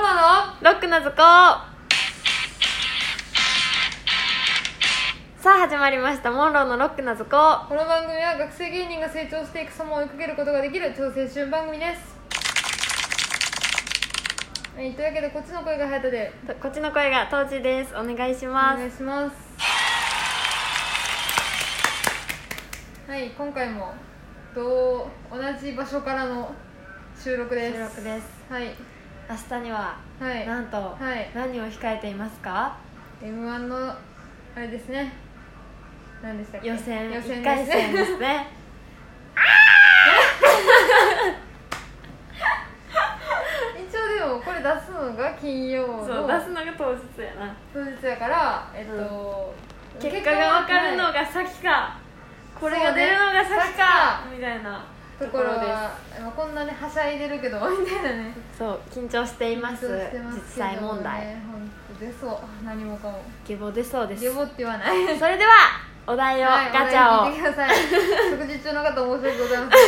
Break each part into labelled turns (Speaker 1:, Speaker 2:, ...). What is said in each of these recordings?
Speaker 1: ロックな図工さあ始まりましたモンローのロックな図工
Speaker 2: この番組は学生芸人が成長していく様を追いかけることができる超青春番組ですはい、というわけでこっちの声が隼人で
Speaker 1: とこっちの声が当時ですお願いし
Speaker 2: お
Speaker 1: ます
Speaker 2: 願いしますはい今回もと同じ場所からの収録です
Speaker 1: 収録です
Speaker 2: はい
Speaker 1: 明日には
Speaker 2: はい
Speaker 1: なんと、
Speaker 2: はい
Speaker 1: 何を控えていますか
Speaker 2: m 1のあれですね何でしたっけ
Speaker 1: 予選
Speaker 2: 予選
Speaker 1: 1
Speaker 2: で
Speaker 1: 回
Speaker 2: す
Speaker 1: 戦で
Speaker 2: ね
Speaker 1: すね
Speaker 2: 一応でもこれ出すのが金曜
Speaker 1: そ
Speaker 2: の
Speaker 1: う出すのが当日やな
Speaker 2: 当日やからえっと、
Speaker 1: 結果が分かるの
Speaker 2: はい
Speaker 1: が先かこれ
Speaker 2: そ
Speaker 1: が
Speaker 2: うね
Speaker 1: 出るのが先
Speaker 2: 先か
Speaker 1: かみたいな
Speaker 2: ところがまあこんなねはしゃいでるけどみたいなね
Speaker 1: そう緊張しています
Speaker 2: 緊張してます
Speaker 1: 実
Speaker 2: けどね
Speaker 1: 際問題
Speaker 2: ほんと出そう何もかも
Speaker 1: 下ボ出そうです
Speaker 2: ゲボって言わない
Speaker 1: それではお題を、
Speaker 2: はい
Speaker 1: ガチャ
Speaker 2: お題聞い
Speaker 1: を
Speaker 2: てくだ さい食事中の方申し訳ございません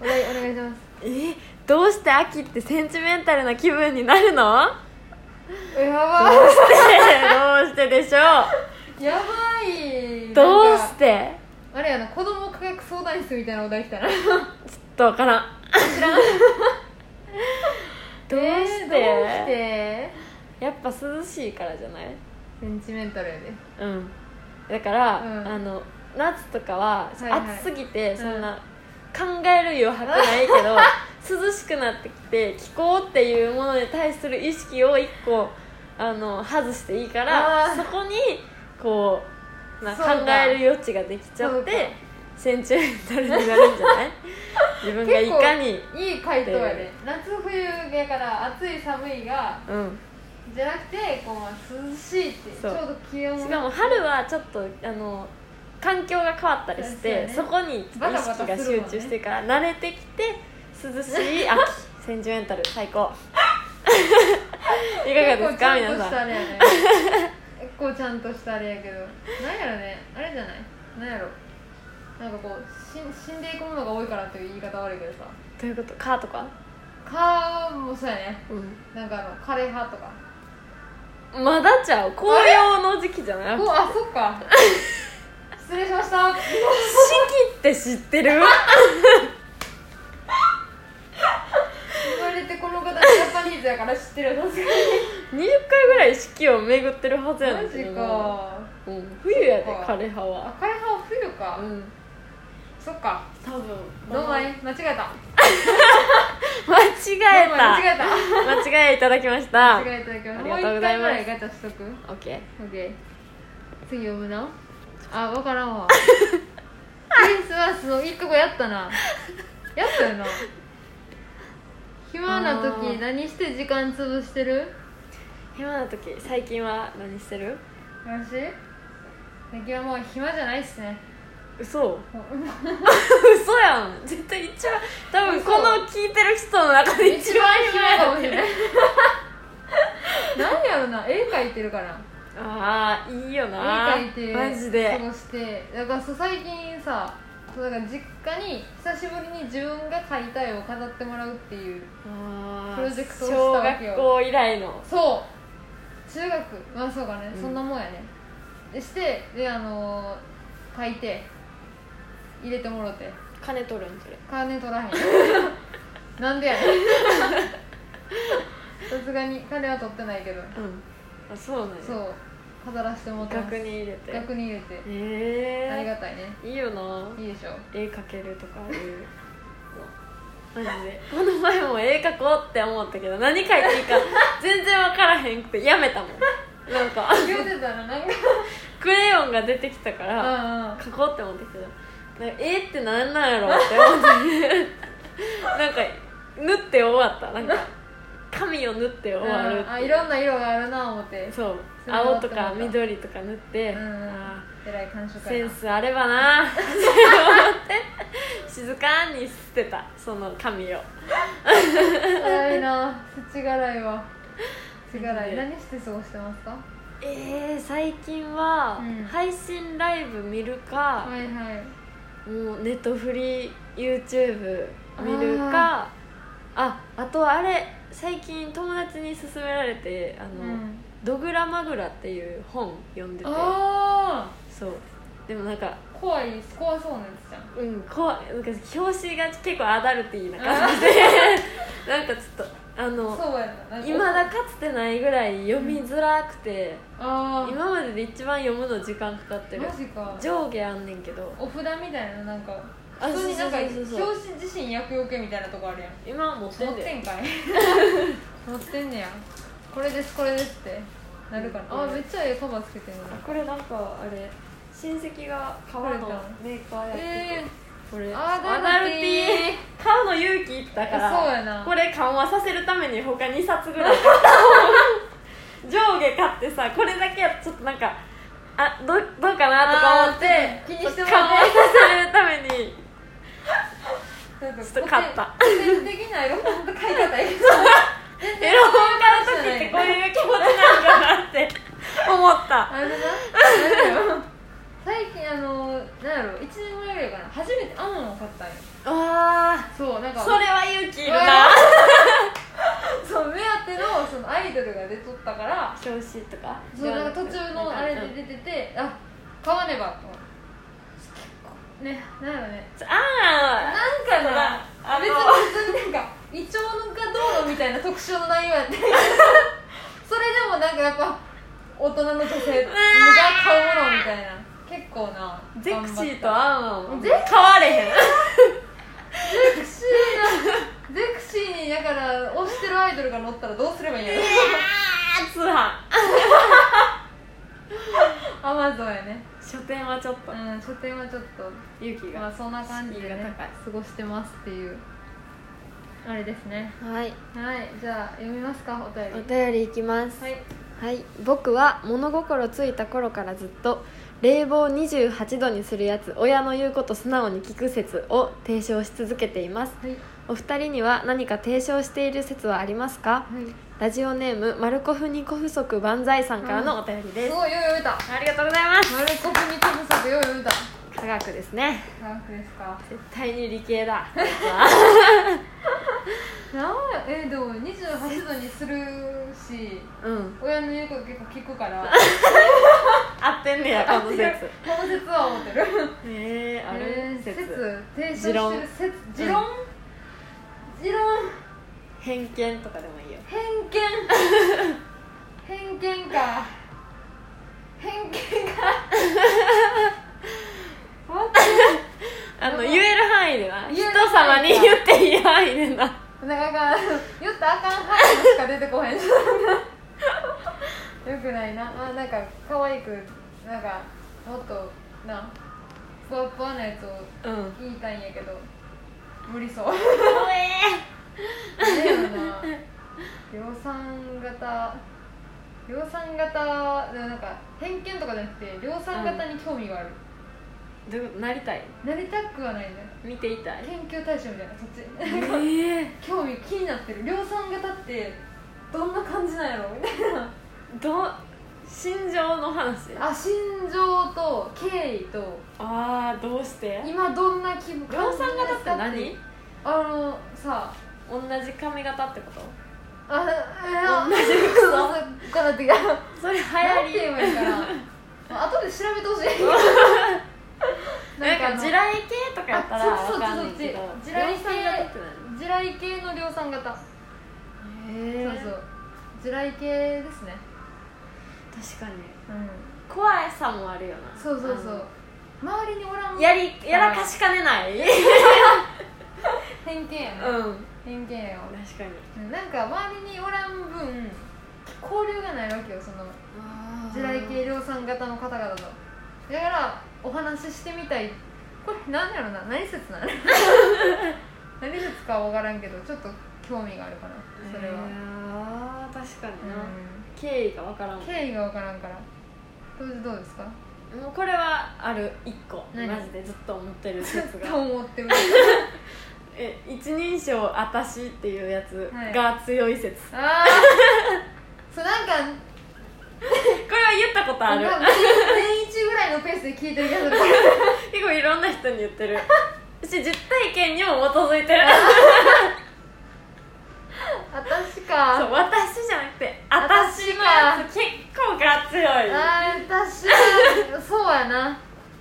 Speaker 2: お題お願いします
Speaker 1: えどうして秋ってセンチメンタルな気分にな るのど
Speaker 2: やば
Speaker 1: うしてでしょ
Speaker 2: いやばいう
Speaker 1: どう
Speaker 2: なん
Speaker 1: し
Speaker 2: か
Speaker 1: て
Speaker 2: あれやな子供科学相談室みたいなお題来たな
Speaker 1: ちょっとわからん どう
Speaker 2: え
Speaker 1: し
Speaker 2: ーど
Speaker 1: て,、
Speaker 2: うして
Speaker 1: やっぱ涼しいからじゃない
Speaker 2: センチメンタルやで
Speaker 1: うんだから、
Speaker 2: うん
Speaker 1: あの夏とかは
Speaker 2: はいはい
Speaker 1: 暑すぎてそん
Speaker 2: う
Speaker 1: な考える余はくないけど、 涼しくなってきて気候っていうものに対する意識を一個あの外していいから
Speaker 2: あー
Speaker 1: そこにこう、まあ、
Speaker 2: そ
Speaker 1: 考
Speaker 2: うか
Speaker 1: える余地ができちゃ
Speaker 2: そ
Speaker 1: っ
Speaker 2: うか
Speaker 1: てセンチメンタルにな るんじゃない自分がいかに
Speaker 2: いい回答やで夏冬やから暑い寒いが
Speaker 1: うん
Speaker 2: じゃなくてこうまあ涼しいってち
Speaker 1: そ
Speaker 2: ょ
Speaker 1: う
Speaker 2: うど気温
Speaker 1: しかも春はちょっとあの環境が変わったりしてそ,、
Speaker 2: そう
Speaker 1: こにちょっと意識が集中してから慣れてきて涼し い秋センチメンタル最高いかがですか
Speaker 2: 結構ちゃんとし
Speaker 1: 皆さ
Speaker 2: た
Speaker 1: ん
Speaker 2: あれやね結構ちゃんとしたあれやけどなんやろねあれじゃないなんやろなんかこうし死んでいくものが多いからっていう言い方悪いけどさ
Speaker 1: どういうことかとか、
Speaker 2: 蚊もそうやね
Speaker 1: うん、
Speaker 2: なんかあの枯れ葉とか
Speaker 1: まだちゃう紅葉の時期じ ゃない
Speaker 2: こうあそっか失礼しました
Speaker 1: 四季って知って る
Speaker 2: 生まれてこの方ジャパニーズやから知ってるよ確かに
Speaker 1: 20回ぐらい四季を巡ってるはずやねん
Speaker 2: マ
Speaker 1: け
Speaker 2: ジ
Speaker 1: ど
Speaker 2: か
Speaker 1: うん、冬やで
Speaker 2: そっか
Speaker 1: 枯葉は
Speaker 2: 赤い葉は冬か、
Speaker 1: うん
Speaker 2: そっか
Speaker 1: 多分
Speaker 2: どうもい間違えた
Speaker 1: 間違えた
Speaker 2: 間違えた
Speaker 1: 間違えいただきました
Speaker 2: 間違えたけど
Speaker 1: あり
Speaker 2: も
Speaker 1: が
Speaker 2: う一
Speaker 1: とう
Speaker 2: 回ぐ
Speaker 1: ございます
Speaker 2: らいガチャしとく
Speaker 1: オッケー
Speaker 2: OK 次読むなあ分からん わクリスマスの一個後やったなやったよな暇な
Speaker 1: あー
Speaker 2: 時何して時間潰してる
Speaker 1: 暇な時最近は何してる
Speaker 2: 私最近はもう暇じゃないっすね
Speaker 1: 嘘
Speaker 2: もう
Speaker 1: 嘘やん絶対一番多分こ
Speaker 2: 嘘
Speaker 1: の聞いてる人の中で 一番暇や
Speaker 2: かもしれない 何やろな絵描いてるから
Speaker 1: ああいいよな
Speaker 2: 絵描いて
Speaker 1: マジで
Speaker 2: 過ごしてだからそう最近さそうだから実家に久しぶりに自分が描いた絵を飾ってもらうっていう
Speaker 1: あー
Speaker 2: プロジェクトをしたわけよ
Speaker 1: 小学校以来の
Speaker 2: そう中学まあそうかね、
Speaker 1: うん
Speaker 2: そんなもんやねでしてであのー、書いて入れてもろて
Speaker 1: 金取るんそれ
Speaker 2: 金取らへ んなんでやねんさすがに金は取ってないけど
Speaker 1: うんあそうなんや
Speaker 2: そう飾らせてもらってます
Speaker 1: 額に入れて
Speaker 2: 額に入れてあり
Speaker 1: え
Speaker 2: がたいね
Speaker 1: えいいよない
Speaker 2: いで しょ
Speaker 1: 絵描けるとか いうのマジでこの前も絵描こうって思ったけど何描いていいか全然分からへんくてやめたもんなんか
Speaker 2: 言うてたらなんか
Speaker 1: クレヨンが出てきたから
Speaker 2: うんうん
Speaker 1: 描こうって思ったけどなんか絵って何なんやろって 思ってなんか縫って終わったなんか紙を縫って終わるって
Speaker 2: うんあいろんな色があるな思って
Speaker 1: そう
Speaker 2: それは
Speaker 1: 青とか緑とか塗って、
Speaker 2: うんうん
Speaker 1: あ
Speaker 2: えらい感
Speaker 1: ー
Speaker 2: 触
Speaker 1: セ
Speaker 2: や
Speaker 1: ン
Speaker 2: な
Speaker 1: スあればなって思って静かに捨てたその紙を
Speaker 2: 辛い な土辛いわ土辛
Speaker 1: なんで
Speaker 2: い何して過ごしてますか
Speaker 1: えー、最近は
Speaker 2: うん
Speaker 1: 配信ライブ見るか、
Speaker 2: はいはい
Speaker 1: もうネットフリー YouTube 見るかああとあれ最近友達に勧められてあ
Speaker 2: う
Speaker 1: の、
Speaker 2: ん、
Speaker 1: ドグラマグラ」っていう本読んでて
Speaker 2: あ
Speaker 1: そうでもなんか
Speaker 2: ー怖い怖そうなやつじゃん
Speaker 1: うん怖いなんか表紙が結構アダルティーな感じで なんかちょっとあの
Speaker 2: そうやななんか
Speaker 1: いまだかつてないぐらい読みづらくて、
Speaker 2: ああ
Speaker 1: 今までで一番読むの時間かかってる
Speaker 2: マジか
Speaker 1: 上下あんねんけど
Speaker 2: お札みたいななんか
Speaker 1: あ
Speaker 2: 普通になんか
Speaker 1: そうそうそうそう
Speaker 2: 表紙自身厄除けみたいなとこあるやん
Speaker 1: 今は持って
Speaker 2: 持
Speaker 1: ん
Speaker 2: っ
Speaker 1: で
Speaker 2: てん かい持ってんねやこれですこれですってなるかな、
Speaker 1: うん
Speaker 2: あめっちゃええカバーつけてるの
Speaker 1: これなんかあれ親戚が革のメーカーやってて、
Speaker 2: え
Speaker 1: これ
Speaker 2: ー、
Speaker 1: ア
Speaker 2: アダルティー
Speaker 1: ダルテ ィー買うの勇気いったから
Speaker 2: そうやな
Speaker 1: これ緩和させるために他2冊ぐらい買った上下買ってさこれだけはちょっとなんかあどうどうかなとか思って
Speaker 2: あー気にしてもら
Speaker 1: 緩和
Speaker 2: っ
Speaker 1: さ
Speaker 2: て
Speaker 1: せるためにちょっと買った
Speaker 2: 古典的なエロ本と書いてた い全
Speaker 1: エ
Speaker 2: 然
Speaker 1: ロ本買う時ってこういう気持ちなんだなって思った
Speaker 2: あれだなあれだよ最近あのなんやろ1年ぐらいぐらいかな初めてアモンを買ったんよ
Speaker 1: あ
Speaker 2: そうなんか
Speaker 1: それは勇気いる
Speaker 2: う
Speaker 1: な
Speaker 2: わそう目当てのそのアイドルが出とったから
Speaker 1: 表紙とか
Speaker 2: そうなんか途中のあれで出ててあ買わねばと思って結構ねなんやろね
Speaker 1: ああ
Speaker 2: なんかな
Speaker 1: あの
Speaker 2: 別に別になんかイチョウがどうのみたいな特集の内容 やってそれでもなんかやっぱ大人の女性が買うものみたいな結構な
Speaker 1: ゼクシーと
Speaker 2: 頑張っ
Speaker 1: アンアンは
Speaker 2: ゼクシ
Speaker 1: 変われへん
Speaker 2: たゼクシーなゼクシーにだから推してるアイドルが乗ったらどうすればいいんやろ
Speaker 1: あー通販
Speaker 2: アマゾンやね
Speaker 1: 書店はちょっと
Speaker 2: うん書店はちょっと
Speaker 1: 勇気
Speaker 2: ま
Speaker 1: が
Speaker 2: あそんな感じで、
Speaker 1: 敷居が
Speaker 2: ね
Speaker 1: 高い、
Speaker 2: 過ごしてますっていうあれですね
Speaker 1: はい
Speaker 2: はいじゃあ読みますかお便り
Speaker 1: お便りいきます
Speaker 2: はい
Speaker 1: はい僕は物心ついた頃からずっと冷房28度にするやつ親の言うこと素直に聞く説を提唱し続けています
Speaker 2: はい
Speaker 1: お二人には何か提唱している説はありますか
Speaker 2: はい
Speaker 1: ラジオネームマルコフニコフ足万歳さんからのお便りです
Speaker 2: す、ごいよう読めた
Speaker 1: ありがとうございます
Speaker 2: 丸コプに飛ぶさとよう読めた
Speaker 1: 科学ですね
Speaker 2: 科学ですか
Speaker 1: 絶対に理系だ
Speaker 2: なあえー、でも28度にするし
Speaker 1: うん
Speaker 2: 親の言うこと結構聞くからこ
Speaker 1: 合ってんねやこ の説へ
Speaker 2: この説は思ってる
Speaker 1: えあ
Speaker 2: え
Speaker 1: る
Speaker 2: ー
Speaker 1: 説
Speaker 2: 説提唱してる説持論持論
Speaker 1: 偏見とかでもいいよ
Speaker 2: 偏見偏見か偏見 か待っ
Speaker 1: あの
Speaker 2: でも
Speaker 1: 言える範囲でな
Speaker 2: 言え
Speaker 1: 人
Speaker 2: る
Speaker 1: 様
Speaker 2: 範
Speaker 1: に
Speaker 2: 囲か
Speaker 1: 言っていい範囲でな
Speaker 2: てなんか言ったらあかん話しか出てこへんよくないなあなんか可愛くなんかもっとなふわふわなやつを
Speaker 1: うん
Speaker 2: 言いたいんやけど無理そうね
Speaker 1: 怖え
Speaker 2: えよな量産型量産型でもなんか偏見とかじゃなくて量産型に興味がある、
Speaker 1: どういうことなりたい
Speaker 2: なりたくはないんだよ
Speaker 1: 見ていたい
Speaker 2: 研究対象みたいなそっち
Speaker 1: え
Speaker 2: なんか
Speaker 1: ー、
Speaker 2: 興味気になってる量産型ってどんな感じなんやろみたいな
Speaker 1: どう心情の話
Speaker 2: あ心情と経緯と
Speaker 1: ああどうして
Speaker 2: 今どんな気分
Speaker 1: 量産型っ
Speaker 2: 感じ
Speaker 1: て
Speaker 2: です
Speaker 1: 何
Speaker 2: かってあのさ
Speaker 1: 同じ髪型ってこと
Speaker 2: あ
Speaker 1: 同じ服
Speaker 2: そう
Speaker 1: 装
Speaker 2: そうこうなってきた
Speaker 1: それ流
Speaker 2: なんて言え
Speaker 1: 行
Speaker 2: ばいいかなまあ後で調べてほしい
Speaker 1: り なん
Speaker 2: あ
Speaker 1: か
Speaker 2: の
Speaker 1: 地雷系とかやったら
Speaker 2: あそう
Speaker 1: わ
Speaker 2: そう
Speaker 1: かんないけど
Speaker 2: そっち地雷系
Speaker 1: 量産型って
Speaker 2: 地雷系の量産型、
Speaker 1: 何へ
Speaker 2: そうそう地雷系ですね
Speaker 1: 確かに
Speaker 2: うん
Speaker 1: 怖さもあるよな
Speaker 2: そうそうそう周りにおら
Speaker 1: あ
Speaker 2: ん
Speaker 1: のやりやらかしかねないうん
Speaker 2: 偏見やね、
Speaker 1: 確
Speaker 2: 偏見やわ
Speaker 1: かに
Speaker 2: うんなんか周りにおらん分交流がないわけよその地雷系量産型の方々とだからお話ししてみたいこれ何やろな何説 なの何説かは分からんけどちょっと興味があるかなそれは、
Speaker 1: は確かにな、
Speaker 2: う
Speaker 1: 経緯がわからん
Speaker 2: ん、
Speaker 1: も
Speaker 2: 経緯が分からんからどうどうですか
Speaker 1: うこれはある一個
Speaker 2: 何
Speaker 1: マジでずっと思ってる
Speaker 2: ずっ
Speaker 1: 説
Speaker 2: と
Speaker 1: が
Speaker 2: 思ってる
Speaker 1: え一人称「あたし」っていうやつ
Speaker 2: はい
Speaker 1: が強い説、
Speaker 2: ああそうなんか
Speaker 1: これは言ったことある
Speaker 2: なんか年一ぐらいのペースで聞いてるけど
Speaker 1: 結構いろんな人に言ってるし実体験にも基づいてる
Speaker 2: 私
Speaker 1: そ
Speaker 2: か
Speaker 1: う 私じゃなくて私
Speaker 2: 私
Speaker 1: の
Speaker 2: か
Speaker 1: やつ結構が強い
Speaker 2: あー私はそうやな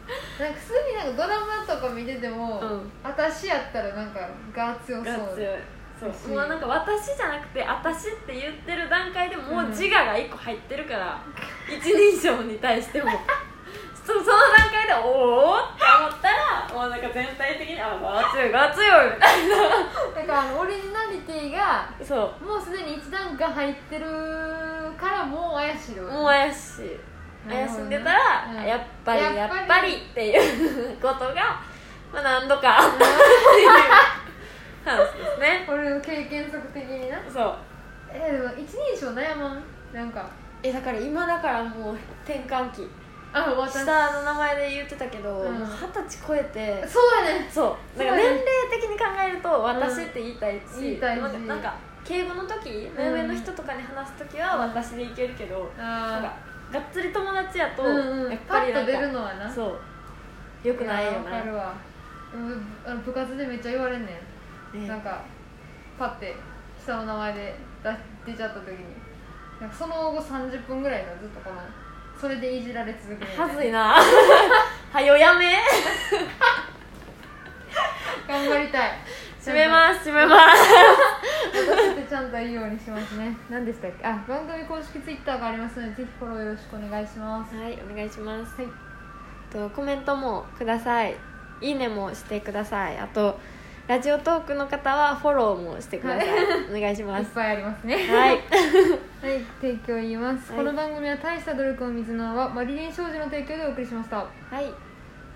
Speaker 2: なんか普通になんかドラマとか見てても、
Speaker 1: うん
Speaker 2: 私やったらなんかが強そう
Speaker 1: が強いそう
Speaker 2: そう
Speaker 1: もうなんか私じゃなくて私って言ってる段階でもう自我が1個入ってる から、一人称に対して もそその段階でおおって思ったらもうなんか全体的にあが強いが強いみたい
Speaker 2: だからあのオリジナリティが
Speaker 1: なそう
Speaker 2: もうすでに一段階入ってるからもう怪しいよ
Speaker 1: もう怪しい怪しんでたら、
Speaker 2: うん
Speaker 1: やっぱり
Speaker 2: やっぱ
Speaker 1: やっ
Speaker 2: り
Speaker 1: ぱりっていうことが、まあ、何度かあったっていう 話ですね
Speaker 2: 俺の経験則的にな
Speaker 1: そう
Speaker 2: えでも一人称悩まんなんか
Speaker 1: えだから今だからもう転換期
Speaker 2: あ私
Speaker 1: 下の名前で言ってたけど
Speaker 2: うん
Speaker 1: 二十、歳超えて
Speaker 2: そうやね
Speaker 1: そうなん
Speaker 2: そう
Speaker 1: か
Speaker 2: だね
Speaker 1: 年齢的に考えると私って言いたいし、
Speaker 2: 言いたいし
Speaker 1: なんかなんか敬語の時目上の人とかに話す時は私でいけるけど、なんか
Speaker 2: あ
Speaker 1: がっつり友達や
Speaker 2: あ
Speaker 1: と、
Speaker 2: うんうん
Speaker 1: やっ
Speaker 2: パ
Speaker 1: ぱり
Speaker 2: ッ
Speaker 1: なん
Speaker 2: と
Speaker 1: か
Speaker 2: 出るのはな
Speaker 1: そうよくない
Speaker 2: や
Speaker 1: よ
Speaker 2: わか
Speaker 1: な
Speaker 2: るわでもあの部活でめっちゃ言われんねんなん
Speaker 1: ね
Speaker 2: かパッて下の名前で出出ちゃった時になんかその後30分ぐらいのずっとこのそれでいじられ続ける
Speaker 1: はずいな はよや め
Speaker 2: 頑張りたい
Speaker 1: 閉めます閉めます
Speaker 2: 私ってちゃんといいようにしますね何でしたっけあ番組公式ツイッターがありますのでぜひフォローよろしくお願いします
Speaker 1: はいお願いします
Speaker 2: はい
Speaker 1: とコメントもくださいいいねもしてくださいあとラジオトークの方はフォローもしてくだ さい、
Speaker 2: は
Speaker 1: お願いしま
Speaker 2: いっ
Speaker 1: す
Speaker 2: ぱいありますね
Speaker 1: はい
Speaker 2: はい、提供言います、
Speaker 1: はい
Speaker 2: この番組は大した努力を水の泡マリリン商事の提供でお送りしましたは
Speaker 1: はい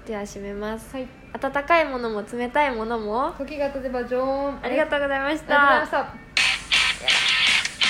Speaker 1: では締めます
Speaker 2: い
Speaker 1: 温かいものも冷たいものも
Speaker 2: 時が経てば常温
Speaker 1: ありがとうございま
Speaker 2: あ
Speaker 1: し
Speaker 2: りがとうござい
Speaker 1: た
Speaker 2: ました